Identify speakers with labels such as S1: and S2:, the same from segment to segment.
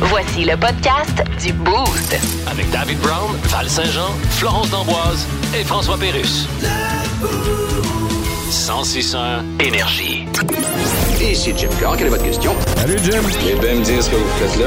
S1: Voici le podcast du Boost.
S2: Avec David Brown, Val Saint-Jean, Florence D'Amboise et François Pérus. 1061 énergie.
S3: Ici Jim Carr, quelle est votre question?
S4: Salut Jim!
S3: Eh bien, me dire ce que vous faites là.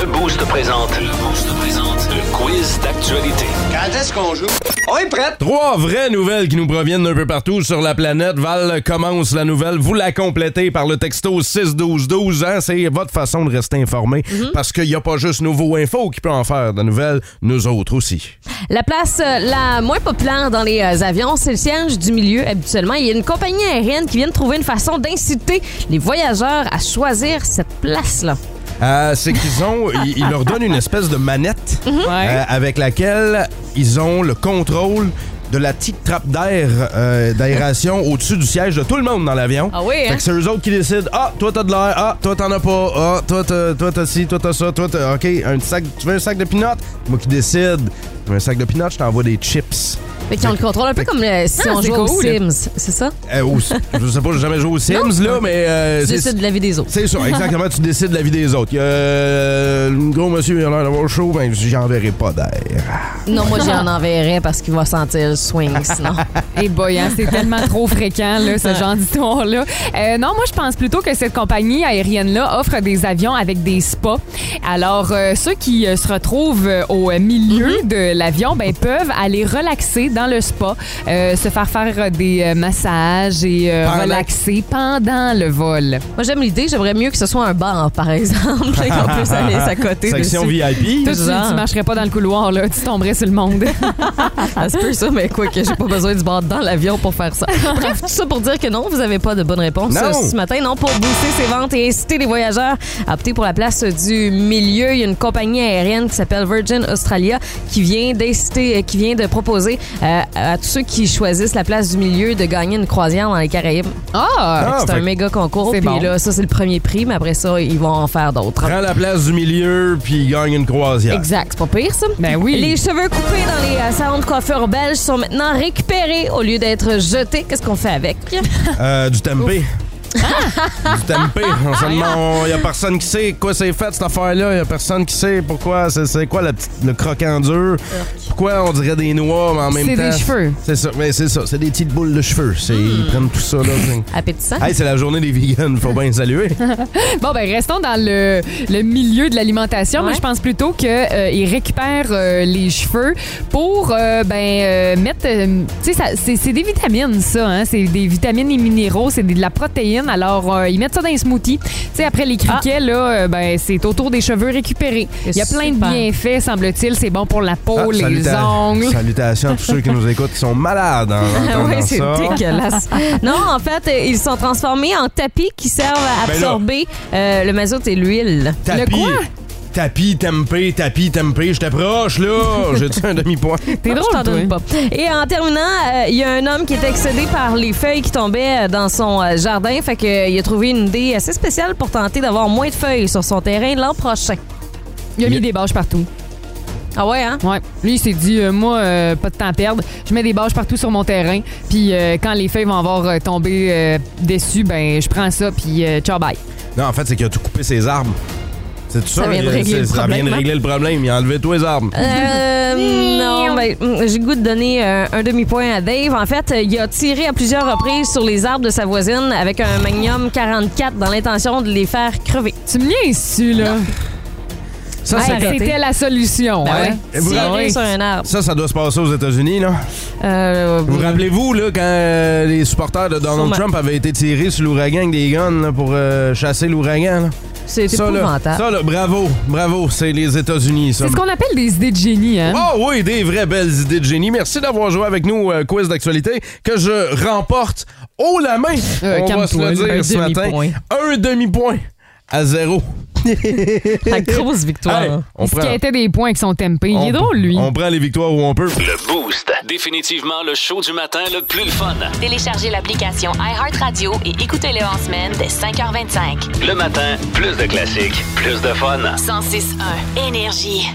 S2: Le boost présente. Le boost présente le quiz d'actualité.
S3: Quand est-ce qu'on joue? On est prête!
S4: Trois vraies nouvelles qui nous proviennent d'un peu partout sur la planète. Val commence la nouvelle. Vous la complétez par le texto 6-12-12. Hein? C'est votre façon de rester informé parce qu'il n'y a pas juste Nouveau Info qui peut en faire de la nouvelle, nous autres aussi.
S5: La place euh, la moins populaire dans les euh, avions, c'est le siège du milieu habituellement. Il y a une compagnie aérienne qui vient de trouver une façon d'inciter les voyageurs à choisir cette place-là.
S4: Euh, C'est qu'ils ont, ils, ils leur donnent une espèce de manette
S5: Mhm. Hum?
S4: euh, avec laquelle ils ont le contrôle de la petite trappe d'air euh, d'aération au-dessus du siège de tout le monde dans l'avion.
S5: Ah oui, hein?
S4: Fait que c'est eux autres qui décident. Ah, toi t'as de l'air. Ah, toi t'en as pas. Ah, toi t'as, toi t'as ci, toi t'as ça. Toi t'as. Ok, un petit sac. Tu veux un sac de peanuts? Moi qui décide. Tu veux Un sac de peanuts, je t'envoie des chips.
S5: Mais qui ont le contrôle un peu comme euh, si
S6: Ah,
S5: on
S6: c'est
S5: jouait aux
S6: cool.
S5: Sims, c'est ça?
S4: Euh, au- je sais pas, j'ai jamais joué aux Sims là, mais euh,
S5: C'est ça de la vie des autres.
S4: C'est ça, exactement. tu décides la vie des autres. Il y a, euh, le gros monsieur, il a l'air d'avoir chaud, ben j'enverrai pas d'air.
S5: Non, moi, j'en enverrais parce qu'il va sentir le swing, sinon.
S6: Hey boy, hein, c'est tellement trop fréquent, là, ce genre d'histoire-là. Euh, non, moi, je pense plutôt que cette compagnie aérienne-là offre des avions avec des spas. Alors, euh, ceux qui euh, se retrouvent euh, au euh, milieu de l'avion ben, peuvent aller relaxer dans le spa, euh, se faire faire euh, des euh, massages et euh,
S4: Pendant-
S6: relaxer pendant le vol.
S5: Moi, j'aime l'idée. J'aimerais mieux que ce soit un bar, par exemple, et qu'on puisse aller s'accoter.
S4: Section
S5: dessus.
S4: VIP.
S6: Toi, tu,
S5: Genre.
S6: tu marcherais pas dans le couloir, là, tu tomberais sur le monde.
S5: Ça se peut, ça, mais quoi que j'ai pas besoin du bar dans l'avion pour faire ça. Bref, tout ça pour dire que non, vous avez pas de bonne réponse
S4: Non.
S5: euh, ce matin. Non, pour booster ses ventes et inciter les voyageurs à opter pour la place du milieu, il y a une compagnie aérienne qui s'appelle Virgin Australia qui vient d'inciter, euh, qui vient de proposer euh, à tous ceux qui choisissent la place du milieu de gagner une croisière dans les Caraïbes.
S6: Ah!
S5: c'est
S4: fait
S5: un
S4: que
S5: méga concours.
S6: c'est
S5: Puis
S6: bon.
S5: là, ça, c'est le premier prix, mais après ça, ils vont en faire d'autres.
S4: Prends la place du milieu, puis gagne une croisière.
S5: Exact, c'est pas pire ça.
S6: Ben oui.
S5: Les cheveux coupés dans les euh, salons de coiffure belges sont maintenant récupérés au lieu d'être jetés. Qu'est-ce qu'on fait avec
S4: Euh, du tempeh. du tempeh.
S6: Ah!
S4: On se demande, y a personne qui sait quoi c'est fait cette affaire-là. Y a personne qui sait pourquoi. C'est, c'est quoi la petite- le croquant dur. Pourquoi on dirait des noix, mais en même
S6: C'est
S4: temps.
S6: des cheveux. Hmm.
S4: C'est ça, mais c'est ça. C'est des petites boules de cheveux. C'est, Ils prennent tout ça, là. c'est-
S5: Appétissant.
S4: hey, c'est la journée des vegans. Faut bien les saluer.
S6: Bon, ben restons dans le, le milieu de l'alimentation.
S5: Ouais.
S6: Moi, je pense plutôt qu'ils récupèrent euh, les cheveux pour, euh, ben, euh, mettre... euh, tu sais, ça- c'est c'est des vitamines, ça. Hein? C'est des vitamines et minéraux, c'est des- de la protéine. Alors, euh, ils mettent ça dans les smoothies. Tu sais, après les criquets, là, euh, ben, c'est autour des cheveux récupérés.
S5: C'est
S6: Il y a plein
S5: super.
S6: de bienfaits, semble-t-il. C'est bon pour la peau,
S4: Ah,
S6: Oh, les
S4: saluta-
S6: ongles.
S4: Salutations à tous ceux qui nous écoutent qui sont malades en entendant
S5: oui, c'est
S4: ça.
S5: dégueulasse. non, en fait, euh, ils sont transformés en tapis qui servent à
S4: Ben là.
S5: absorber euh, le mazout et l'huile.
S4: Tapis.
S6: Le quoi?
S4: Tapis, tempé, tapis, tempé. Je t'approche, là. J'ai-tu un demi-point?
S6: T'es
S5: Non,
S6: drôle,
S5: je t'en
S6: toi.
S5: donne pas. Et en terminant, euh, il y a un homme qui est excédé par les feuilles qui tombaient euh, dans son euh, jardin. Fait que, euh, il a trouvé une idée assez spéciale pour tenter d'avoir moins de feuilles sur son terrain l'an prochain.
S6: Il a mis
S4: Mais-
S6: des bâches partout.
S5: Ah ouais, hein?
S6: Ouais. Lui, il s'est dit, euh, moi, euh, pas de temps à perdre. Je mets des bâches partout sur mon terrain. Puis euh, quand les feuilles vont avoir euh, tombé euh, dessus, ben, je prends ça. Puis euh, ciao, bye.
S4: Non, en fait, c'est qu'il a tout coupé ses arbres. C'est tout ça.
S5: vient de
S4: il-
S5: régler
S4: c'est-
S5: le
S4: ça vient
S5: problème,
S4: de
S5: hein?
S4: régler le problème. Il a enlevé tous les arbres.
S5: Euh, non, ben, mm, j'ai le goût de donner euh, un demi-point à Dave. En fait, euh, il a tiré à plusieurs reprises sur les arbres de sa voisine avec un Magnum 44 dans l'intention de les faire crever.
S6: Tu me niaises dessus, là.
S4: Ça,
S6: Hey,
S4: c'est-
S5: arrêtez.
S6: C'était la solution.
S5: Ben
S6: hein?
S5: ouais.
S4: vous
S5: Tirer
S4: rappelez-
S5: sur un arbre.
S4: ça, ça doit se passer aux États-Unis, là.
S5: Euh,
S4: Vous vous rappelez-vous, là, quand euh, les supporters de Donald
S5: Sûrement.
S4: Trump avaient été tirés sur l'ouragan avec des guns là, pour euh, chasser l'ouragan, là?
S5: c'est
S4: Ça, là,
S5: épouvantable.
S4: ça, là, bravo, bravo, c'est les États-Unis, ça.
S6: C'est ce qu'on appelle des idées de génie, hein?
S4: Oh oui, des vraies belles idées de génie. Merci d'avoir joué avec nous au quiz d'actualité que je remporte haut la main.
S6: Euh,
S4: On va se
S6: calme-toi,
S4: le
S6: un
S4: dire ce matin.
S6: demi-point.
S4: Un demi-point à zéro.
S5: La grosse victoire.
S4: Hey, on,
S6: Il se
S4: prend,
S6: quittait des points avec son tempé. Il est
S4: on-
S6: drôle, lui.
S4: on prend les victoires où on peut.
S2: Le Boost. Définitivement le show du matin le plus le fun.
S1: Téléchargez l'application iHeartRadio et écoutez-le en semaine dès 5h25.
S2: Le matin, plus de classiques, plus de fun.
S1: 106.1 Énergie.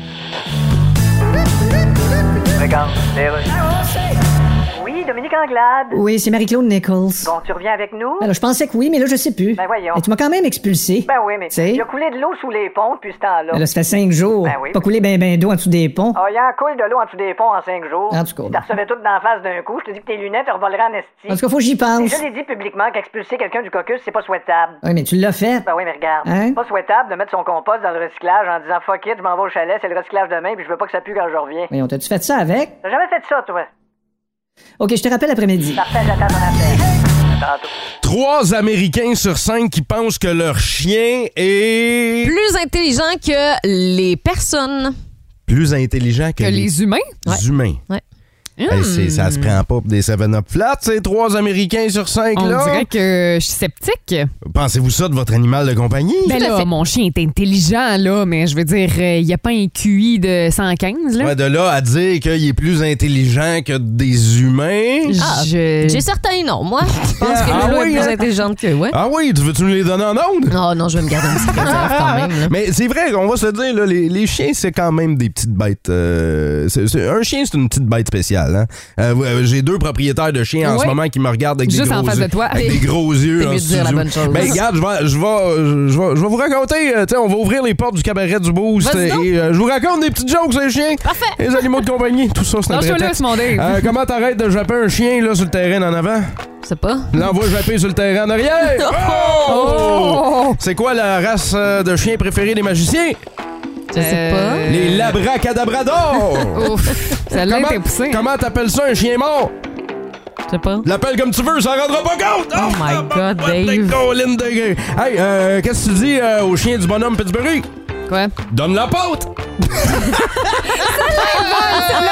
S7: Oui, Dominique Anglade.
S8: Oui, c'est Marie-Claude Nichols.
S7: Bon, tu reviens avec nous?
S8: Alors, je pensais que oui, mais là, je sais plus.
S7: Ben voyons.
S8: Mais tu m'as quand même expulsé.
S7: Ben oui, mais
S8: Tu sais?
S7: il a coulé de l'eau sous les ponts depuis ce temps-là.
S8: Ben là, ça fait cinq jours.
S7: Ben oui.
S8: Pas coulé ben ben d'eau en dessous des ponts.
S7: Ah, il y en coule de l'eau en dessous des ponts en cinq jours.
S8: En tout cas.
S7: T'as recevais tout d'en face d'un coup. Je te dis que tes lunettes te revoleraient en esti.
S8: En tout cas, faut que j'y
S7: Et
S8: pense.
S7: je l'ai dit publiquement qu'expulser quelqu'un du caucus, c'est pas souhaitable.
S8: Oui, mais tu l'as fait.
S7: Ben oui, mais regarde.
S8: Hein?
S7: C'est pas souhaitable de mettre son compost dans le recyclage en disant fuck it, je m'en vais au chalet, c'est le recyclage demain, puis je veux pas que ça pue quand je reviens.
S8: Mais on t'a-tu fait ça avec?
S7: T'as jamais fait ça, toi?
S8: OK, je te rappelle après-midi.
S7: Parfait, j'attends ton appel. Tantôt.
S4: Trois Américains sur cinq qui pensent que leur chien est
S5: Plus intelligent que les personnes.
S4: plus intelligent que,
S6: Que les humains? hmm,
S4: humains.
S5: Ouais.
S4: Hey, c'est- ça se prend pas pour des 7-Up flats, ces trois Américains sur cinq,
S6: On
S4: là.
S6: dirait que je suis sceptique.
S4: Pensez-vous ça de votre animal de compagnie?
S6: Ben
S5: à
S6: là,
S5: fait.
S6: mon chien est intelligent, là, mais je veux dire, euh, il n'y a pas un QI de 115, là.
S4: Ouais, de là à dire qu'il est plus intelligent que des humains.
S5: Ah,
S6: Je-
S5: J'ai certains noms. Moi, je pense que
S4: Ah
S5: Lolo
S4: oui,
S5: est plus
S4: hein?
S5: intelligente que ouais.
S4: Ah oui, tu veux-tu nous les donner en ondes?
S5: Non, non, je vais me garder une petite réserve quand même. là.
S4: Mais c'est vrai, on va se dire, là, les, les chiens, c'est quand même des petites bêtes. euh, c'est- c'est- un chien, c'est une petite bête spéciale. hein. Euh, euh, J'ai deux propriétaires de chiens en
S6: Ouais.
S4: ce moment qui me regardent avec, des,
S6: Juste en
S4: gros
S6: face de
S4: yeux-
S6: toi.
S4: avec des gros yeux.
S5: T'es
S4: en
S5: mieux de dire la
S4: studio.
S5: bonne chose.
S4: Ben, regarde, je vais, je, vais, je, vais, je vais vous raconter. euh, tu sais, on va ouvrir les portes du cabaret du Boost.
S5: Vas-y
S4: euh,
S5: donc.
S4: Et, euh, je vous raconte des petites jokes sur les chiens. Les animaux de compagnie, tout ça, c'est un
S6: Non, je
S4: vrai
S6: suis là,
S4: texte.
S6: c'est mon Dave.
S4: Euh, Comment t'arrêtes de japper un chien là, sur le terrain en avant?
S5: Je sais pas.
S4: L'envoie japper sur le terrain en arrière. Oh! C'est quoi la race euh, de chien préférée des magiciens?
S5: Je sais
S6: Euh,
S4: Les labracadabradors!
S6: Ouf, ça l'a été poussé.
S4: comment t'appelles ça un chien mort?
S5: pas. Je sais pas.
S4: L'appelle comme tu veux, ça rendra pas compte!
S5: Oh my
S4: ah,
S5: God,
S4: bah, bah,
S5: Dave.
S4: colline de gueule. Hey, euh, qu'est-ce que tu dis euh, au chien du bonhomme Pittsburgh?
S6: Quoi?
S4: Donne la pâte!
S6: Là,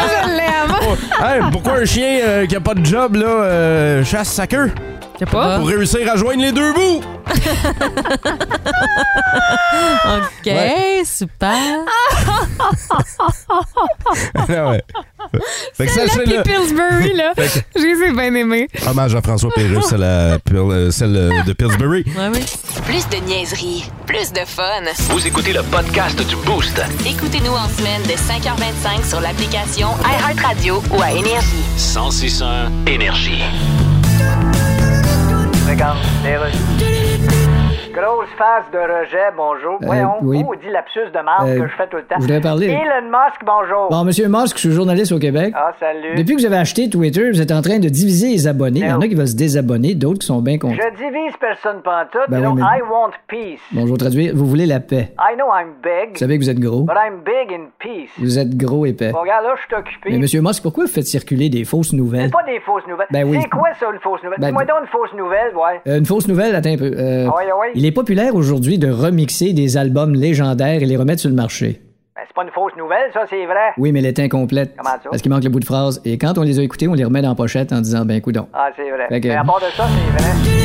S6: je l'aime.
S4: Oh, hey, pourquoi un chien euh, qui a pas de job, là, euh, chasse sa queue?
S6: Je sais
S5: Ah.
S6: pas.
S4: Pour réussir à joindre les deux bouts!
S5: OK, super.
S4: Ah ouais. Fait que ça, c'est
S6: Puis
S4: le...
S6: Pillsbury, là. Je les ai bien aimés.
S4: Hommage à François Pérus, c'est la pil- euh, celle euh, de Pittsburgh.
S5: Ouais, oui.
S1: Plus de niaiserie, plus de fun.
S2: Vous écoutez le podcast du Boost.
S1: Écoutez-nous en semaine de 5h25 sur l'application iHeartRadio ou à Énergie.
S2: 1061 Énergie.
S7: Regarde, les re- Grosse phase de rejet, bonjour. Voyons,
S8: Euh, oui.
S7: oh, dit lapsus de marde
S8: Euh,
S7: que je fais tout le temps.
S8: je voulais parler.
S7: Elon Musk, bonjour.
S8: Bon, Monsieur Musk, je suis journaliste au Québec.
S7: Ah, salut.
S8: Depuis que vous avez acheté Twitter, vous êtes en train de diviser les abonnés. Il y en a qui veulent se désabonner, d'autres qui sont bien contents.
S7: Je divise personne pantoute,
S8: Ben
S7: disons,
S8: oui, mais-
S7: I want peace.
S8: Bon, je vais traduire. Vous voulez la paix.
S7: I know I'm big,
S8: Vous savez que vous êtes gros.
S7: but I'm big in peace.
S8: Vous êtes gros et paix.
S7: Bon, regarde, là, je suis occupé.
S8: Mais Monsieur Musk, pourquoi vous faites circuler des fausses nouvelles?
S7: C'est pas des fausses nouvelles.
S8: Ben oui.
S7: C'est quoi ça, une fausse nouvelle?
S8: Ben-
S7: Dis-moi donc une fausse nouvelle, ouais.
S8: Euh, une fausse nouvelle, attends un peu. Euh,
S7: Ah ouais, ah ouais.
S8: Il est populaire aujourd'hui de remixer des albums légendaires et les remettre sur le marché.
S7: Ben, c'est pas une fausse nouvelle, ça, c'est vrai.
S8: Oui, mais elle est incomplète.
S7: Comment ça?
S8: Parce qu'il manque le bout de phrase. Et quand on les a écoutés, on les remet dans la pochette en disant, ben, coudon.
S7: Ah, c'est vrai.
S8: Fait que-
S7: Mais à part de ça, c'est vrai.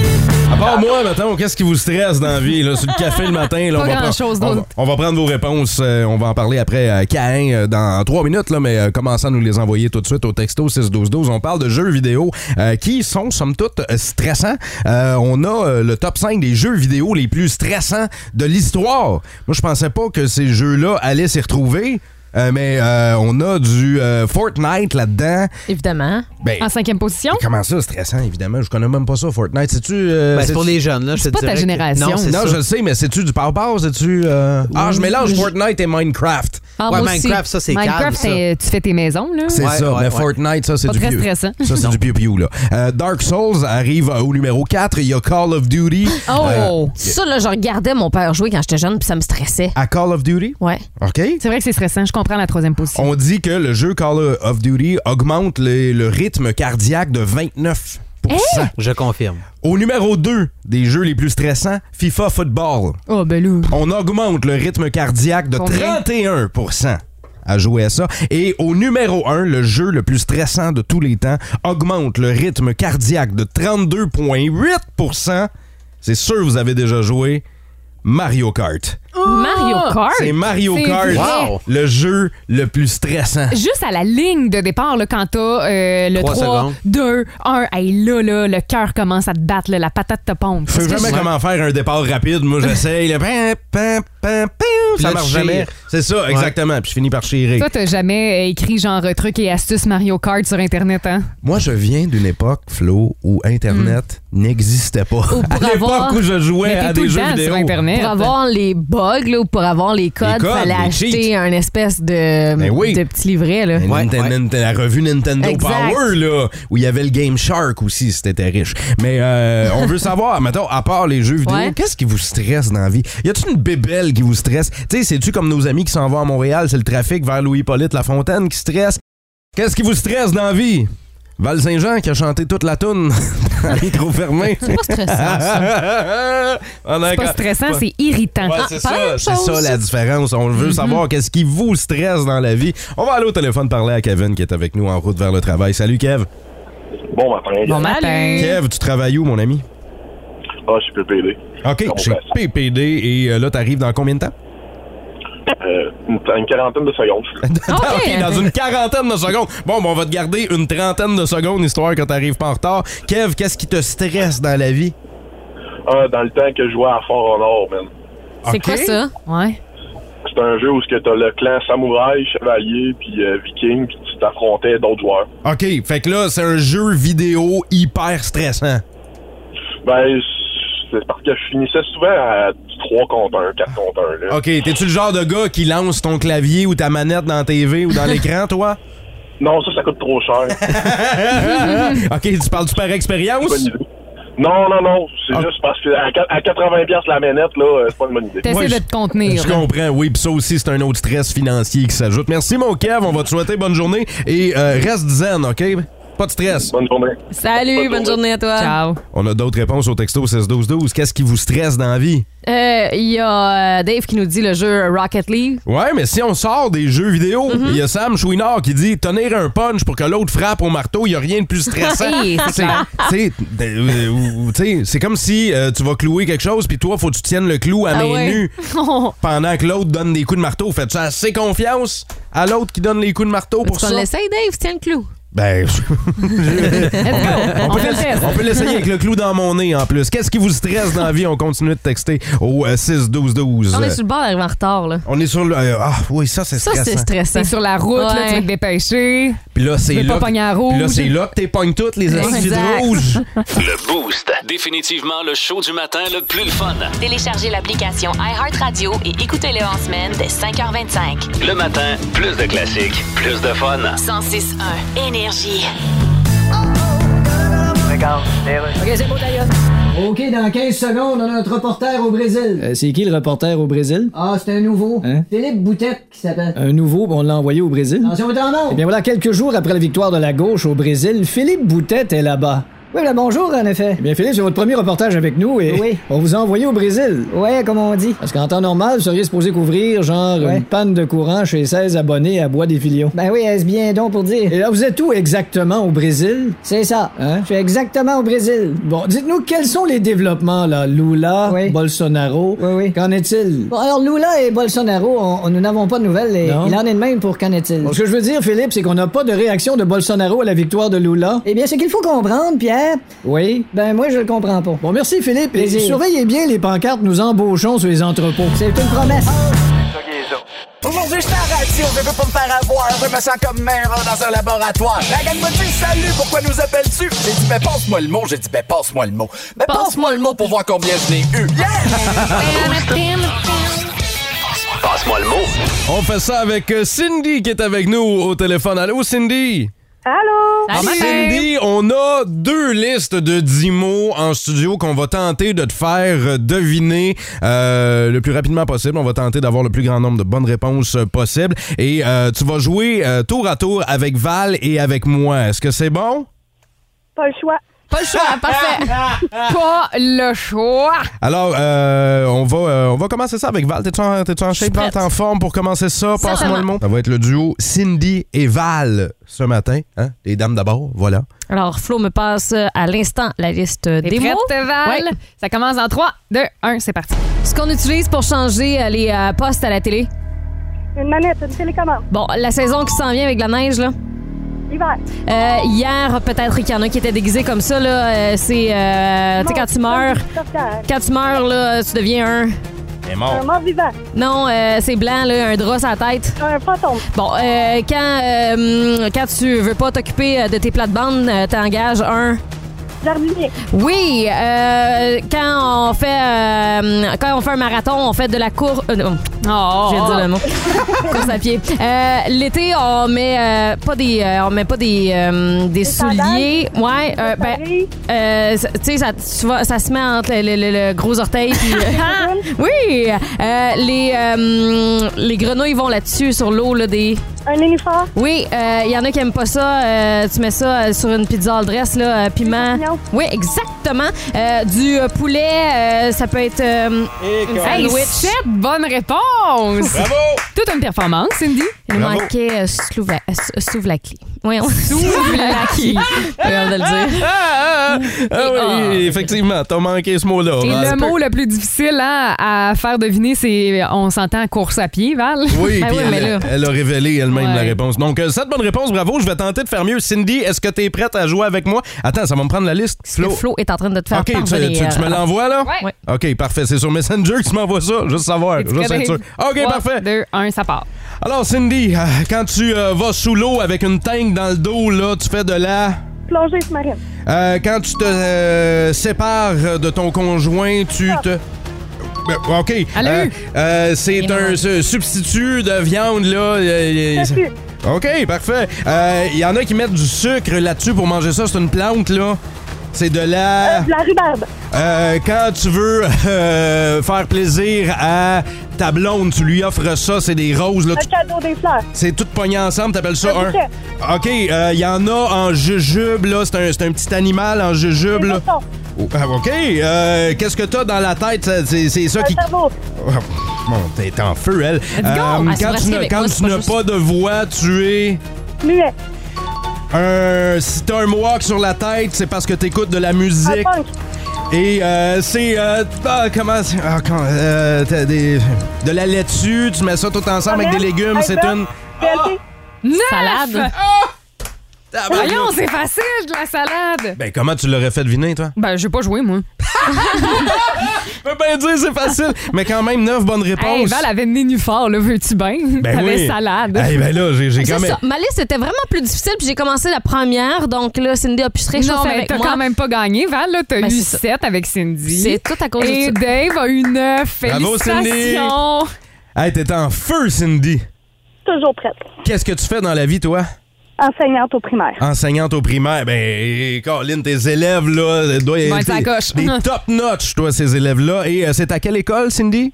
S4: À part moi, mettons, qu'est-ce qui vous stresse dans la vie? Là, sur le café le matin, là,
S6: Pas
S4: on, va
S6: grand-chose
S4: prendre, on, va,
S6: d'autre.
S4: on va prendre vos réponses. euh, on va en parler après euh, Caïn euh, dans trois minutes, là, mais euh, commençons à nous les envoyer tout de suite au texto 61212. On parle de jeux vidéo euh, qui sont, somme toute, euh, stressants. Euh, on a euh, le top 5 des jeux vidéo les plus stressants de l'histoire. Moi, je pensais pas que ces jeux-là allaient s'y retrouver. euh, mais euh, on a du euh, Fortnite là-dedans.
S5: Évidemment.
S4: Ben,
S6: En cinquième position.
S4: comment ça, stressant, évidemment? Je connais même pas ça, Fortnite. C'est-tu. euh,
S9: Ben, c'est
S4: c'est-tu-
S9: pour les jeunes, là. je
S6: C'est
S9: te
S6: pas ta
S9: dirais que-
S6: génération.
S9: Non, c'est
S4: non,
S9: ça.
S4: je le sais, mais c'est-tu du power c'est-tu... euh, Ah, je mélange Fortnite et Minecraft.
S6: Ah,
S9: Ouais,
S6: moi aussi.
S9: Minecraft, ça, c'est calme,
S6: Minecraft,
S9: ça.
S6: t'es- tu fais tes maisons, là.
S4: C'est
S9: Ouais,
S4: ça,
S9: ouais,
S4: mais
S9: ouais.
S4: Fortnite, ça, c'est
S6: Pas
S4: du
S6: très
S4: pieu.
S6: stressant.
S4: Ça, c'est du piou-piou, là. Euh, Dark Souls arrive au numéro 4. Il y a Call of Duty. Euh,
S5: Oh! ça, là, je regardais mon père jouer quand j'étais jeune, puis ça me stressait.
S4: à Call of Duty?
S5: Ouais.
S4: OK.
S6: C'est vrai que c'est stressant. Je comprends la troisième position.
S4: On dit que le jeu Call of Duty augmente le, le rythme cardiaque de 29
S9: Je confirme.
S4: Au numéro 2 des jeux les plus stressants, FIFA Football.
S6: Oh, ben là.
S4: On augmente le rythme cardiaque de
S6: Combien?
S4: 31 à jouer à ça. Et au numéro 1, le jeu le plus stressant de tous les temps, augmente le rythme cardiaque de 32,8 C'est sûr, vous avez déjà joué Mario Kart.
S6: Ah! Mario Kart.
S4: C'est Mario
S6: C'est
S4: Kart,
S6: vrai.
S4: le jeu le plus stressant.
S6: Juste à la ligne de départ, là, quand t'as euh, le
S4: Trois
S6: 3,
S4: secondes.
S6: 2, 1, hey, là, là, le cœur commence à te battre, là, la patate te pompe.
S4: Je sais
S6: Parce que
S4: jamais
S6: je-
S4: comment faire un départ rapide. Moi, j'essaye. là, pam, pam, pam, pam,
S6: Puis
S4: ça
S6: là,
S4: marche
S6: tu
S4: jamais.
S6: chires.
S4: C'est ça, exactement. Puis je finis par chirer.
S6: Toi, t'as jamais euh, écrit genre euh, trucs et astuces Mario Kart sur Internet, hein?
S4: Moi, je viens d'une époque, Flo, où Internet n'existait pas. à l'époque où je jouais à des jeux vidéo.
S5: Pour avoir les bugs là, ou pour avoir les codes, il
S4: codes,
S5: fallait
S4: les
S5: acheter un espèce de,
S4: Ben oui.
S5: de petit livret. Là.
S4: Ben, Nintendo- Nintendo- La revue Nintendo
S5: Exact.
S4: Power, là, où il y avait le Game Shark aussi, si t'étais riche. Mais euh, on veut savoir, mettons, à part les jeux vidéo,
S10: Ouais.
S4: qu'est-ce qui vous stresse dans la vie? Y a-tu une bébelle qui vous stresse? Tu sais, c'est-tu comme nos amis qui s'en vont à Montréal, c'est le trafic vers Louis-Hippolyte, La Fontaine qui stresse? Qu'est-ce qui vous stresse dans la vie? Val Saint-Jean qui a chanté toute la toune à micro fermé.
S6: C'est pas stressant, ça.
S4: On a
S6: C'est pas
S4: encore-
S6: stressant, c'est irritant.
S4: Ouais,
S6: Ah,
S4: c'est
S6: pas la
S4: ça,
S6: même
S4: c'est ça
S6: chose.
S4: la différence. On veut
S6: Mhm.
S4: savoir qu'est-ce qui vous stresse dans la vie. On va aller au téléphone parler à Kevin qui est avec nous en route vers le travail. Salut Kev.
S11: Bon matin.
S4: Bon matin.
S6: Mm.
S4: Kev, tu travailles où mon ami?
S11: Ah, je suis PPD.
S4: OK,
S11: Bon,
S4: chez PPD et euh, là t'arrives dans combien de temps?
S11: Euh, une, une quarantaine de secondes.
S4: OK, dans une quarantaine de secondes. Bon, ben, on va te garder une trentaine de secondes histoire que t'arrives pas en retard. Kev, qu'est-ce qui te stresse dans la vie?
S11: Ah, dans le temps que je jouais à Fort Honor, man.
S5: C'est quoi ça? Ouais.
S11: C'est un jeu où tu as le clan samouraï, chevalier, puis euh, viking, puis tu t'affrontais d'autres joueurs.
S4: OK, fait que là c'est un jeu vidéo hyper stressant.
S11: Ben, c'est parce que je finissais souvent à 3 contre 1, 4 contre 1. Là.
S4: OK, t'es-tu le genre de gars qui lance ton clavier ou ta manette dans la TV ou dans l'écran, toi?
S11: Non, ça, ça coûte trop cher.
S4: OK, tu parles-tu par expérience?
S11: Non, non, non. C'est juste parce que à, quatre- à 80$ piastres la manette, là, euh, c'est pas une bonne idée.
S4: Ouais, je- Je comprends, oui. Puis ça aussi, c'est un autre stress financier qui s'ajoute. Merci, mon Kev. On va te souhaiter bonne journée et euh, reste zen, OK? Pas de stress.
S11: Bonne journée.
S4: Oh,
S5: Salut, bonne journée à toi. Ciao.
S4: On a d'autres réponses au texto 16-12-12. Qu'est-ce qui vous stresse dans la vie?
S5: Il y a euh, Dave qui nous dit le jeu Rocket League.
S4: Ouais, mais si on sort des jeux vidéo,
S5: Mhm.
S4: il y a Sam Chouinard qui dit tenir un punch pour que l'autre frappe au marteau, il y a rien de plus stressant.
S5: Oui, c'est
S4: C'est-
S5: clair.
S4: c'est- euh, ou- tu sais, c'est comme si euh, tu vas clouer quelque chose puis toi faut que tu tiennes le clou à
S6: Ah
S4: main
S6: ouais.
S4: nue pendant que l'autre donne des coups de marteau. Fais-tu assez confiance à l'autre qui donne les coups de marteau pour
S5: Est-ce qu'on
S4: ça
S5: l'essaye, Dave? Tiens le clou.
S4: Ben, je- on, peut l'ess- on peut l'essayer avec le clou dans mon nez en plus. Qu'est-ce qui vous stresse dans la vie On continue de texter au euh, 6 12 12.
S5: On est sur le bord d'arriver en retard. Là.
S4: On est sur le. euh, ah oui, ça c'est
S5: Ça,
S4: stressant.
S5: c'est stressant.
S6: T'es sur la route, là, tu veux te dépêcher.
S4: Puis là, c'est
S6: Tu veux
S4: là.
S6: pas pogner à
S4: puis là,
S6: rouge.
S4: c'est là que t'es pognes toutes les acides
S1: Exact.
S4: rouges.
S2: Le Boost. Définitivement le show du matin le plus le fun.
S1: Téléchargez l'application iHeartRadio et écoutez-le en semaine dès 5h25.
S2: Le matin, plus de classiques, plus de fun.
S1: 106.1 Énergie.
S7: Regarde, OK, c'est beau, d'ailleurs.
S8: OK, dans 15 secondes, on a notre reporter au Brésil.
S12: Euh, c'est qui le reporter au Brésil?
S8: Ah, c'est un nouveau.
S12: Philippe Boutette qui s'appelle.
S8: Un nouveau, on l'a envoyé au Brésil. Eh bien voilà, quelques jours après la victoire de la gauche au Brésil, Philippe Boutette est là-bas.
S12: Oui, le bonjour, en effet.
S8: Eh bien Philippe, c'est votre premier reportage avec nous et
S12: Oui.
S8: on vous a envoyé au Brésil.
S12: Ouais, comme on dit.
S8: Parce qu'en temps normal, vous seriez supposé couvrir genre
S12: Ouais.
S8: une panne de courant chez 16 abonnés à Bois des Filions.
S12: Ben oui, est-ce bien donc pour dire?
S8: Et là, vous êtes où exactement au Brésil?
S12: C'est ça.
S8: Hein?
S12: Je suis exactement au Brésil.
S8: Bon, dites-nous quels sont les développements là, Lula, Bolsonaro. Qu'en est-il?
S12: Bon, alors Lula et Bolsonaro, on- on- nous n'avons pas de nouvelles et
S8: Non.
S12: il en est de même pour qu'en est-il?
S8: Bon, ce que je veux dire, Philippe, c'est qu'on n'a pas de réaction de Bolsonaro à la victoire de Lula.
S12: Eh bien, ce qu'il faut comprendre, Pierre,
S8: Oui.
S12: ben moi je le comprends pas.
S8: Bon, merci Philippe. Et
S12: Plaisir.
S8: surveillez bien les pancartes, nous embauchons sur les entrepôts.
S12: C'est une promesse.
S13: Aujourd'hui, je radio, je veux pas me faire avoir. Je me sens comme mère dans un laboratoire. La gang me dit salut, pourquoi nous appelles-tu? J'ai dit, ben passe-moi le mot, j'ai dit, ben passe-moi le mot. Ben passe-moi le mot pour voir combien je l'ai eu.
S2: Passe-moi le mot.
S4: On fait ça avec euh, Cindy qui est avec nous au téléphone. Allô, Cindy?
S14: Allô?
S6: Ah,
S4: Ah,
S6: ben,
S4: Cindy, on a deux listes de 10 mots en studio qu'on va tenter de te faire deviner euh, le plus rapidement possible. On va tenter d'avoir le plus grand nombre de bonnes réponses euh, possibles. Et euh, tu vas jouer euh, tour à tour avec Val et avec moi. Est-ce que c'est bon?
S14: Pas le choix.
S5: Pas le choix, parfait.
S6: Pas le choix.
S4: Alors, euh, on, va, euh, on va commencer ça avec Val. T'es-tu en, t'es-tu en shape, Val? T'es en forme pour commencer ça? Passe-moi le
S5: Certainement.
S4: mot. Ça va être le duo Cindy et Val ce matin. Hein? Les dames d'abord, voilà.
S5: Alors, Flo me passe à l'instant la liste
S6: T'es
S5: des
S6: prête,
S5: mots.
S6: Val?
S5: Ouais.
S6: Ça commence en 3, 2, 1, c'est parti.
S5: Ce qu'on utilise pour changer euh, les euh, postes à la télé.
S10: Une manette, une télécommande.
S5: Bon, la saison qui s'en vient avec la neige, là.
S10: Hiver.
S5: Euh, hier, peut-être qu'il y en a qui étaient déguisés comme ça, là. euh, c'est. euh, tu sais, quand tu meurs. Quand tu meurs, là, tu deviens un.
S4: T'es
S10: Un mort vivant.
S5: Non, euh, c'est blanc, là, un drap sur la tête.
S10: Un fantôme.
S5: Bon, euh, quand, euh, hum, quand tu veux pas t'occuper euh, de tes plates-bandes, euh, t'engages un.
S10: Jardinier.
S5: Oui, euh, quand on fait euh, quand on fait un marathon, on fait de la course. euh, je viens de dire le mot. course à pied. Euh, L'été, on met euh, pas des euh, on met pas des euh, des souliers. Ouais, euh, ben, euh, ça- tu sais ça, tu vois, ça se met entre le, le- le- le gros orteil. puis- oui, euh, les euh, les grenouilles vont là-dessus sur l'eau là des.
S10: Un uniforme.
S5: Oui, il y en a qui aiment pas ça. euh, tu mets ça euh, sur une pizza al dress, là, euh, piment. Oui, exactement. Euh, du euh, poulet, euh, ça peut être euh, une
S6: Hey,
S5: sandwich.
S6: sept bonnes réponses.
S5: Bravo.
S6: Toute une performance, Cindy.
S5: Il nous manquait euh, souvla, euh, sou- souvlaki. Oui, on
S6: Souvlaki.
S5: Regarde de le dire.
S4: Ah, oui, effectivement, t'as manqué ce mot-là.
S6: Et
S4: hein.
S6: le mot le plus difficile hein, à faire deviner, c'est on s'entend course à pied, Val.
S4: Oui,
S6: Ben
S4: puis
S6: mais là.
S4: elle, elle a révélé elle-même
S6: Ouais.
S4: la réponse. Donc, euh, cette bonne réponse, bravo. Je vais tenter de faire mieux. Cindy, est-ce que t'es prête à jouer avec moi? Attends, ça va me prendre la liste. Flo.
S5: Flo est en train de te faire
S4: OK, tu,
S5: parvenir. euh,
S4: tu-
S6: euh,
S4: tu me l'envoies, là?
S5: Ouais.
S4: OK, parfait. C'est sur Messenger que tu m'envoies ça. Juste savoir. Juste être sûr. OK, parfait.
S6: 2, 1, ça part.
S4: Alors, Cindy, euh, quand tu euh, vas sous l'eau avec une tank dans le dos, là, tu fais de la...
S10: Plongée sous-marine.
S4: Euh, quand tu te euh, sépares de ton conjoint, tu te... Ben, OK. Euh, euh, c'est un ce substitut de viande, là. euh, euh,
S10: Tofu.
S4: OK, parfait. Euh, Il y en a qui mettent du sucre là-dessus pour manger ça. C'est une plante, là. C'est de la...
S10: De la rhubarbe.
S4: Euh, quand tu veux euh, faire plaisir à ta blonde, tu lui offres ça, c'est des roses. Là,
S10: Le
S4: tu-
S10: cadeau des fleurs.
S4: c'est tout pogné ensemble, t'appelles ça
S10: Un
S4: un.
S10: bouquet.
S4: OK, il y en a en jujube, là. C'est un, c'est un petit animal en jujube, là. Oh, ah, OK, euh, qu'est-ce que t'as dans la tête? Ça, C'est c'est ça qui.
S10: Un cerveau.
S4: Oh, bon, t'es en feu, elle. Euh,
S10: go! Ah, c'est
S4: quand
S10: pratique
S4: tu n'as
S10: avec
S4: quand
S10: moi,
S4: tu
S10: c'est pas
S4: n'as
S10: juste-
S4: pas de voix, tu es.
S10: Muet.
S4: Un, si t'as un mohawk sur la tête, c'est parce que t'écoutes de la musique.
S10: Un punk.
S4: Et euh, c'est. euh, ah, comment. c'est- ah, quand- euh, t'as des- de la laitue, tu mets ça tout ensemble avec des légumes, c'est une.
S6: Salade.
S4: Tabarnak.
S6: Voyons, c'est facile de la salade.
S4: Ben, comment tu l'aurais fait deviner, toi?
S6: Ben, j'ai pas joué, moi.
S4: Je peux bien dire, c'est facile. Mais quand même, neuf bonnes réponses.
S6: Hey, Val avait nénuphar, là, veux-tu bien?
S4: Ben
S6: T'avais
S4: oui.
S6: salade.
S4: Hey, ben là, j'ai j'ai
S5: C'est
S4: quand même.
S5: ça. Ma liste était vraiment plus difficile, puis j'ai commencé la première, donc là, Cindy a pu se réchauffer
S6: non, mais
S5: avec
S6: t'as
S5: moi.
S6: quand même pas gagné, Val. là. T'as
S5: Ben,
S6: eu
S5: c'est ça.
S6: 7 avec Cindy.
S5: C'est tout à cause de
S6: Et
S5: ça.
S6: Dave a eu 9.
S4: Bravo, Cindy.
S6: Félicitations.
S4: Hey, t'es en feu, Cindy.
S10: Toujours prête.
S4: Qu'est-ce que tu fais dans la vie, toi?
S10: Enseignante au primaire.
S4: Enseignante au primaire. Ben, Colin, tes élèves, là, doivent
S10: Ils vont être
S4: t'es-
S10: à la coche.
S4: Des top notch, toi, ces élèves-là. Et euh, c'est à quelle école, Cindy?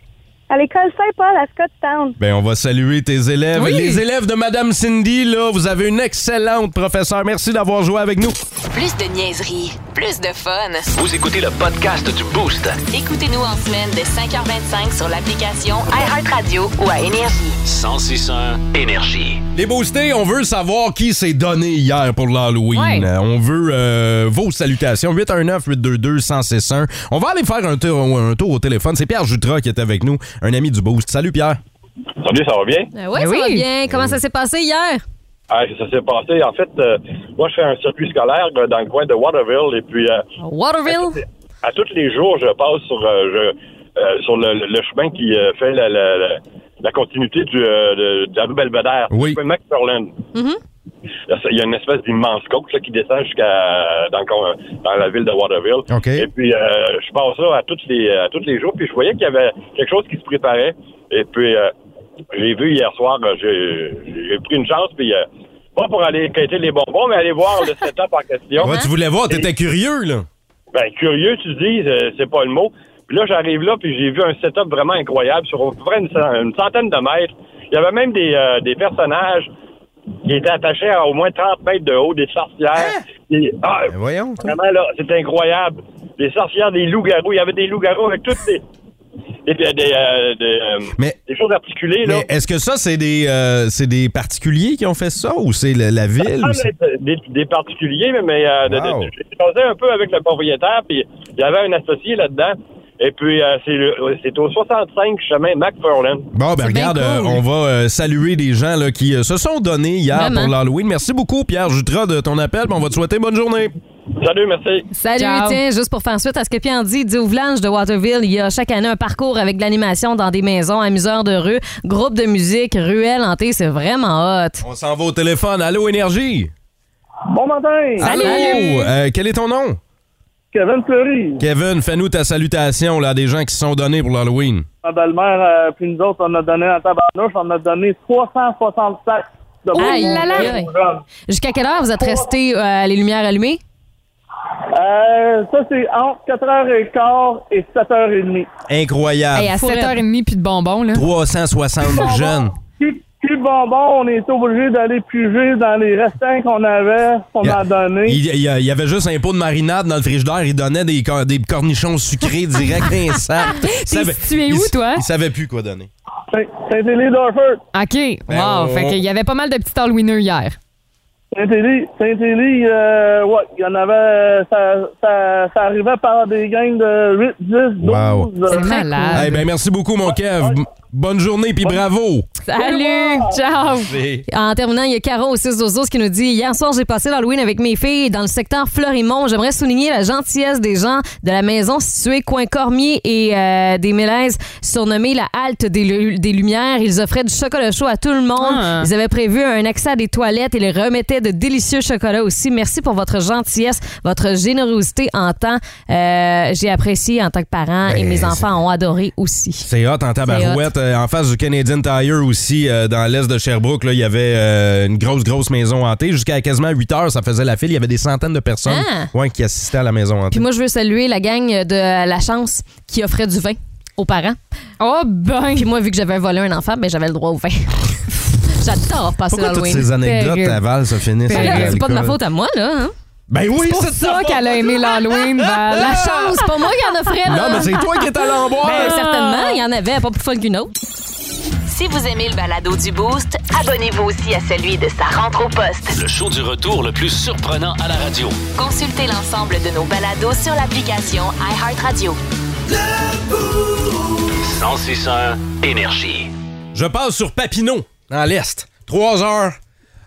S10: À l'école Saint-Paul à Scottstown.
S4: Ben, on va saluer tes élèves.
S10: Oui.
S4: Les élèves de Madame Cindy, là, vous avez une excellente professeure. Merci d'avoir joué avec nous.
S1: Plus de niaiserie, plus de fun.
S2: Vous écoutez le podcast du Boost.
S1: Écoutez-nous en semaine de 5h25 sur l'application iHeartRadio ou à Énergie.
S2: 1061 Énergie.
S4: Les boostés, on veut savoir qui s'est donné hier pour l'Halloween.
S2: Ouais.
S4: Euh, On veut euh, vos salutations. 819-822-1061. On va aller faire un tour, un tour au téléphone. C'est Pierre Jutras qui est avec nous, un ami du Boost. Salut Pierre.
S11: Salut, ça va bien?
S5: Ben ouais, ça va bien. Comment ça s'est passé hier?
S11: Ah, ça s'est passé. En fait, euh, moi, je fais un circuit scolaire euh, dans le coin de Waterville. Et puis, euh,
S5: Waterville?
S11: à tous les jours, je passe sur, euh, je- euh, sur le, le- le chemin qui euh, fait la, la- la- la continuité du, euh, de, de la rue Belvedere.
S4: Oui.
S11: Le chemin McFarland. Là, ça- Il y a une espèce d'immense côte là, qui descend jusqu'à dans, le con- dans la ville de Waterville.
S4: OK.
S11: Et puis, euh, je passe là à tous les, à tous les jours. Puis, je voyais qu'il y avait quelque chose qui se préparait. Et puis, euh, j'ai vu hier soir, euh, j'ai j'ai pris une chance. Puis, euh, pas pour aller quêter les bonbons, mais aller voir le setup en question.
S4: Ouais, tu voulais voir, t'étais curieux, là.
S11: Ben, curieux, tu dis, euh, c'est pas le mot. Puis là, j'arrive là, puis j'ai vu un setup vraiment incroyable sur à peu près une, cent- une centaine de mètres. Il y avait même des, euh, des personnages Il était attaché à au moins 30 mètres de haut des sorcières. Et- ah,
S4: voyons.
S11: Vraiment, là, c'est incroyable. Des sorcières, des loups-garous. Il y avait des loups-garous avec toutes les. Et puis, des, euh, des, euh, des choses articulées, là.
S4: Mais est-ce que ça, c'est des, euh, c'est des particuliers qui ont fait ça ou c'est le- la ville?
S11: Ah,
S4: ou c'est-
S11: mais, euh, des, des particuliers, mais, mais, euh, de- de-
S4: Wow.
S11: de- j'ai causé un peu avec le propriétaire, puis il y avait un associé là-dedans. Et puis, euh, c'est, le- c'est au 65 chemin McFarland.
S4: Bon, ben regarde, euh, on va euh, saluer des gens là, qui euh, se sont donnés hier
S11: Vraiment.
S4: pour l'Halloween. Merci beaucoup, Pierre Jutras, de ton appel. puis On va te souhaiter bonne journée.
S11: Salut, merci.
S5: Salut, tiens, juste pour faire suite à ce que Pierre dit, dit Vlange de Waterville, il y a chaque année un parcours avec de l'animation dans des maisons, amuseurs de rue, groupe de musique, ruelle hantée, c'est vraiment hot.
S4: On s'en va au téléphone. Allô, Énergie?
S14: Bon matin!
S4: Ah. Allô! Euh, quel est ton nom?
S14: Kevin Fleury.
S4: Kevin, fais-nous ta salutation là, à des gens qui se sont donnés pour l'Halloween.
S14: Ma belle-mère, euh, puis nous autres, on a donné un tabarnouche, on a donné 360 sacs de bonbons.
S5: Aïe, là, là.
S14: aux jeunes.
S5: Jusqu'à quelle heure vous êtes restés euh, les lumières allumées?
S14: Euh, ça, c'est entre 4h15 et 7h30.
S4: Incroyable.
S6: Hey, à 7h30, plus de bonbons. Là.
S4: 360 jeunes.
S14: Plus, plus de bonbons, on était obligé d'aller puger dans les restants qu'on avait, qu'on a donné.
S4: Il, il y a- il y avait juste un pot de marinade dans le frigidaire. Il donnait des, cor- des cornichons sucrés direct dans les sacs.
S6: T'es
S4: Il savait-
S6: situé
S4: il-
S6: où, toi?
S4: Il savait plus quoi donner.
S14: Saint-Élie-Dorford.
S6: OK.
S4: Ben,
S6: wow.
S4: on-
S6: Fait qu'il y avait pas mal de petits Halloweeners hier.
S14: Saint-Élie, Saint-Élie, euh, ouais, il y en avait, euh, ça, ça, ça arrivait par des gangs de 8, 10, 12.
S4: Wow.
S14: euh,
S6: Ah,
S4: Eh ben, merci beaucoup, mon Kev. M- Bonne journée, puis bravo.
S5: Salut! Ciao!
S4: Merci.
S5: En terminant, il y a Caro au 6 12 qui nous dit Hier soir, j'ai passé l'Halloween avec mes filles dans le secteur Fleurimont. J'aimerais souligner la gentillesse des gens de la maison située coin Cormier et euh, des Mélèzes, surnommée la halte des, Lu- des Lumières. Ils offraient du chocolat chaud à tout le monde.
S6: Ah.
S5: Ils avaient prévu un accès à des toilettes et les remettaient de délicieux chocolats aussi. Merci pour votre gentillesse, votre générosité en temps. Euh, j'ai apprécié en tant que parent et mes enfants ont adoré aussi.
S4: C'est hot en tabarouette. Euh, En face du Canadian Tire aussi, euh, dans l'est de Sherbrooke, là, il y avait euh, une grosse, grosse maison hantée. Jusqu'à quasiment 8 heures, ça faisait la file. Il y avait des centaines de personnes
S5: Ah.
S4: ouais, qui assistaient à la maison hantée.
S5: Puis moi, je veux saluer la gang de La Chance qui offrait du vin aux parents.
S6: Oh ben!
S5: Puis moi, vu que j'avais volé un enfant, ben j'avais le droit au vin. J'adore passer
S4: Pourquoi toutes
S5: l'Halloween.
S4: ces anecdotes à Val se finissent
S5: Ben,
S4: avec
S5: C'est pas de ma
S4: l'alcool?
S5: faute à moi, là. hein?
S4: Ben oui,
S6: C'est pour
S4: c'est de ta
S6: ça
S4: faute.
S6: qu'elle a aimé l'Halloween. Val.
S5: La chance, c'est pas moi qui en offrais, là.
S4: Non, mais c'est toi qui es allé en boire.
S5: Ben, certainement, il y en avait pas plus folle qu'une autre.
S1: Si vous aimez le balado du Boost, abonnez-vous aussi à celui de sa rentre au poste.
S2: Le show du retour le plus surprenant à la radio.
S1: Consultez l'ensemble de nos balados sur l'application iHeartRadio.
S2: 1061 Énergie.
S4: Je passe sur Papineau, dans l'Est. 3 heures.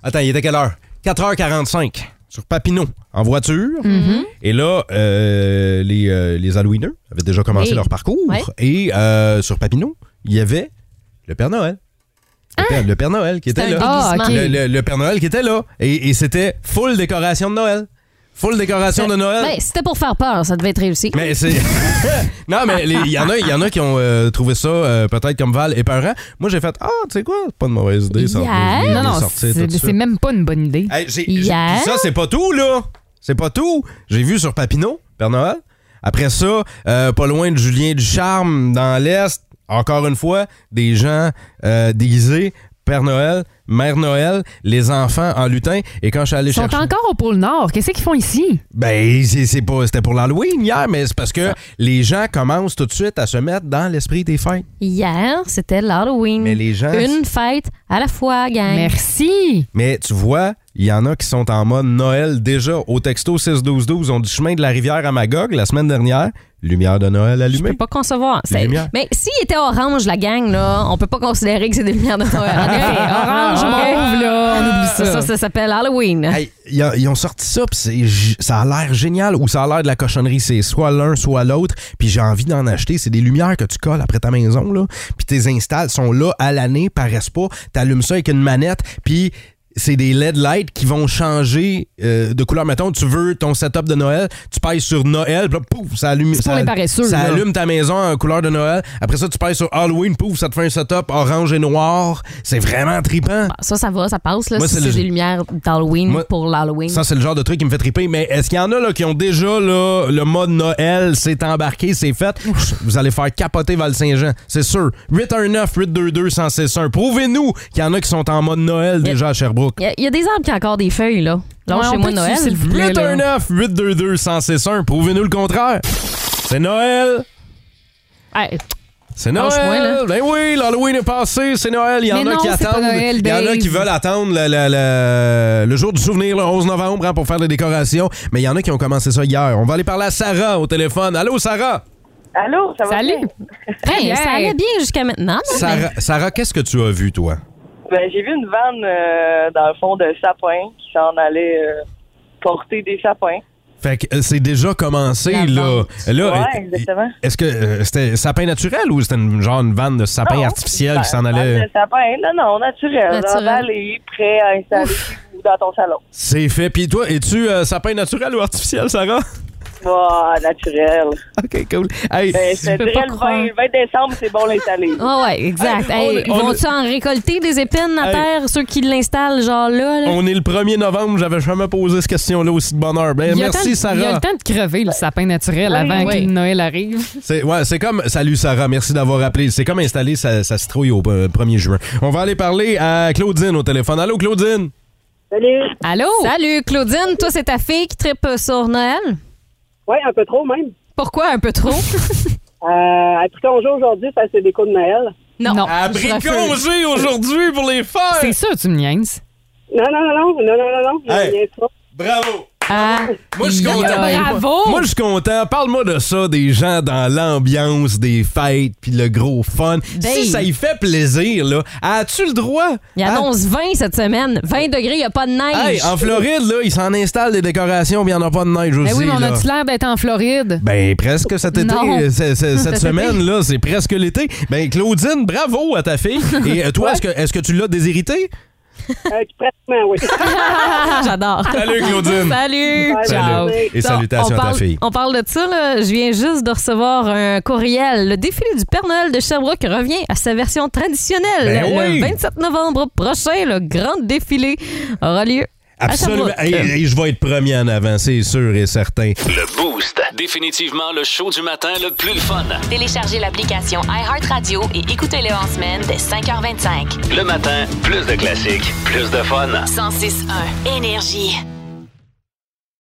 S4: Attends, il était quelle heure? 4h45. Sur Papineau, en voiture.
S15: Mm-hmm.
S4: Et là, euh, les, euh, les Halloweeners avaient déjà commencé
S15: Oui.
S4: leur parcours.
S15: Ouais.
S4: Et euh, sur Papineau, il y avait le Père Noël. Le Père- Le Père Noël qui
S15: C'était
S4: était
S15: Ah! un
S4: là.
S15: déguisement. Ah, ok.
S4: le, le- le Père Noël qui était là. Et, et c'était full décoration de Noël. Full décoration de Noël.
S5: Ben, c'était pour faire peur, ça devait être réussi.
S4: Ah! Mais c'est. non, mais les- il y, en a- il y en a qui ont euh, trouvé ça euh, peut-être comme Val épeurant. Moi, j'ai fait Ah, tu sais quoi, pas de mauvaise idée, ça.
S6: Hier?
S4: Je vais
S6: Non, non,
S4: sortir tout
S6: c'est
S4: de
S6: c'est
S4: suite.
S6: même pas une bonne idée.
S4: Hey, j'ai- j'ai- puis ça, c'est pas tout, là. C'est pas tout. J'ai vu sur Papineau, Père Noël. Après ça, euh, pas loin de Julien Ducharme, dans l'Est, encore une fois, des gens euh, déguisés, Père Noël, Mère Noël, les enfants en lutin. Et quand je suis allé
S6: Ils sont
S4: chercher.
S6: encore au pôle Nord. Qu'est-ce qu'ils font ici?
S4: Ben, c'est c'est pas, c'était pour l'Halloween hier, mais c'est parce que les gens commencent tout de suite à se mettre dans l'esprit des fêtes.
S5: Hier, c'était l'Halloween.
S4: Mais les gens.
S5: Mm. Une fête à la fois, gang.
S6: Merci.
S4: Mais tu vois, il y en a qui sont en mode Noël déjà. Au texto 6-12-12, on dit chemin de la rivière à Magog la semaine dernière. Lumière de Noël allumée.
S5: Je peux pas concevoir.
S4: Les
S5: C'est-
S4: lumières.
S5: Mais s'il était orange, la gang, là, on peut pas considérer que c'est des lumières de Noël. En effet,
S4: Ah.
S5: orange, mauve, là, on oublie ça. Ça, ça s'appelle Halloween.
S6: hein.
S4: Ils ont- ils ont sorti ça, puis c'est g- ça a l'air génial ou ça a l'air de la cochonnerie. C'est soit l'un, soit l'autre. Puis j'ai envie d'en acheter. C'est des lumières que tu colles après ta maison, là. Puis tes installes sont là à l'année, paraissent pas. T'allumes ça avec une manette, puis c'est des LED lights qui vont changer euh, de couleur. Mettons, tu veux ton setup de Noël, tu pèses sur Noël, puis là, pouf, ça allume.
S6: pour
S4: Ça,
S6: les paresseux,
S4: ça
S6: là.
S4: allume ta maison en couleur de Noël. Après ça, tu pèses sur Halloween, pouf, ça te fait un setup orange et noir. C'est vraiment trippant.
S5: Ça, ça va, ça passe. Là,
S4: Moi,
S5: si
S4: c'est
S5: c'est
S4: le-
S5: des lumières d'Halloween
S4: Moi-
S5: pour l'Halloween.
S4: Ça, c'est le genre de truc qui me fait triper. Mais est-ce qu'il y en a là, qui ont déjà là, le mode Noël, c'est embarqué, c'est fait? Vous allez faire capoter Val-Saint-Jean, c'est sûr. 819-822-1061. Prouvez-nous qu'il y en a qui sont en mode Noël déjà à Sherbrooke.
S5: Il Euh, y a- il y, a des arbres qui ont encore des feuilles, là. Là, chez moi, Noël.
S4: 819 822 1061 prouvez-nous le contraire. C'est Noël. C'est Noël.
S5: Lâche-moi, là.
S4: Ben oui, l'Halloween est passé, c'est Noël. Il y en
S5: Mais
S4: a
S5: non,
S4: qui
S5: c'est pas
S4: attendent.
S5: Noël,
S4: Il y en a
S5: Dave.
S4: qui veulent attendre le, le- le- le jour du souvenir, le 11 novembre, hein, pour faire les décorations. Mais il y en a qui ont commencé ça hier. On va aller parler à Sarah au téléphone. Allô, Sarah?
S10: Allô, ça va
S5: Salut.
S10: Très bien.
S5: Ben, ça allait bien jusqu'à maintenant. non?
S4: Sarah, Sarah, qu'est-ce que tu as vu, toi?
S15: Ben, j'ai vu une vanne euh, dans le fond de sapin qui s'en allait euh, porter des sapins.
S4: Fait que euh, c'est déjà commencé, là. là
S15: ouais, exactement.
S4: Est-ce que euh, c'était sapin naturel ou c'était une, genre une vanne de sapin
S15: Non, ben,
S4: artificiel qui s'en
S15: Vanne
S4: allait?
S15: de sapin, non, non, naturel. Dans
S5: Naturel.
S15: la vallée, prêt à installer chez vous dans ton salon.
S4: C'est fait. Puis toi, es-tu euh, sapin naturel ou artificiel, Sarah?
S15: Bah, naturel.
S4: OK, cool. Hey,
S15: Ben, je te dirais le 20, le 20 décembre, c'est bon l'installer.
S5: Ah ouais, exact.
S15: Hey,
S5: Hey,
S4: on- on-
S5: Vont-tu en récolter des épines à
S4: Hey.
S5: terre, ceux qui l'installent, genre là? là?
S4: On est le 1er novembre, j'avais jamais posé cette question-là aussi de bonheur. Ben,
S6: Il y a le
S4: merci,
S6: temps- Il y a
S4: Sarah.
S6: le temps de crever le sapin naturel avant
S4: oui.
S6: que Noël arrive.
S4: C'est ouais, c'est comme salut Sarah, merci d'avoir appelé. C'est comme installer sa, sa citrouille au euh, 1er juin. On va aller parler à Claudine au téléphone. Allô Claudine.
S5: Salut. Allô? Salut, Claudine. Toi, c'est ta fille qui tripe sur Noël?
S16: Oui, un peu trop même.
S5: Pourquoi un peu trop?
S16: Euh, à tout congé aujourd'hui, ça c'est des coups de Noël.
S5: Non.
S16: non.
S4: Abricongé Ah, aujourd'hui pour les fêtes.
S6: C'est ça, tu me niaises.
S16: Non, non, non, non, non, non, non, non.
S4: Hey.
S16: il y a pas.
S4: Bravo.
S5: Ah,
S4: Moi, je suis content. Moi, je suis content. Parle-moi de ça, des gens dans l'ambiance des fêtes, puis le gros
S6: Ben
S4: fun.
S5: Dave.
S4: Si ça y fait plaisir, là, as-tu le droit?
S5: Il
S4: à-
S5: annonce 20 cette semaine. 20 degrés, il n'y a pas de neige.
S4: Ah. Hey, ah. en Floride, là, ils s'en installent des décorations, puis il n'y en a pas de neige aussi.
S6: Ben oui, mais on
S4: là.
S6: a-tu l'air d'être en Floride?
S4: Ben, presque cet été.
S6: Non.
S4: euh, c'est- c'est-
S6: Cet
S4: cette
S6: été.
S4: semaine-là, c'est presque l'été. Ben, Claudine, bravo à ta fille. Et euh, toi, est-ce que, est-ce que tu l'as déshéritée?
S16: Euh, pratiquement, oui.
S5: Ah, J'adore.
S4: Salut, Claudine.
S5: Salut.
S4: Salut.
S5: Ciao.
S4: Et salutations
S5: on
S4: à ta
S5: parle-
S4: fille.
S5: On parle de ça, là. Je viens juste de recevoir un courriel. Le défilé du Père Noël de Sherbrooke revient à sa version traditionnelle.
S4: Ben oui.
S5: Le 27 novembre prochain, le grand défilé aura lieu. à
S4: Absolument.
S5: Sherbrooke.
S4: Et, et je vais être premier en avant, c'est sûr et certain.
S2: Le Boost. Définitivement le show du matin le plus le fun.
S1: Téléchargez l'application iHeartRadio et écoutez-le en semaine dès 5h25.
S2: Le matin, plus de classiques, plus de fun.
S1: 106.1 Énergie.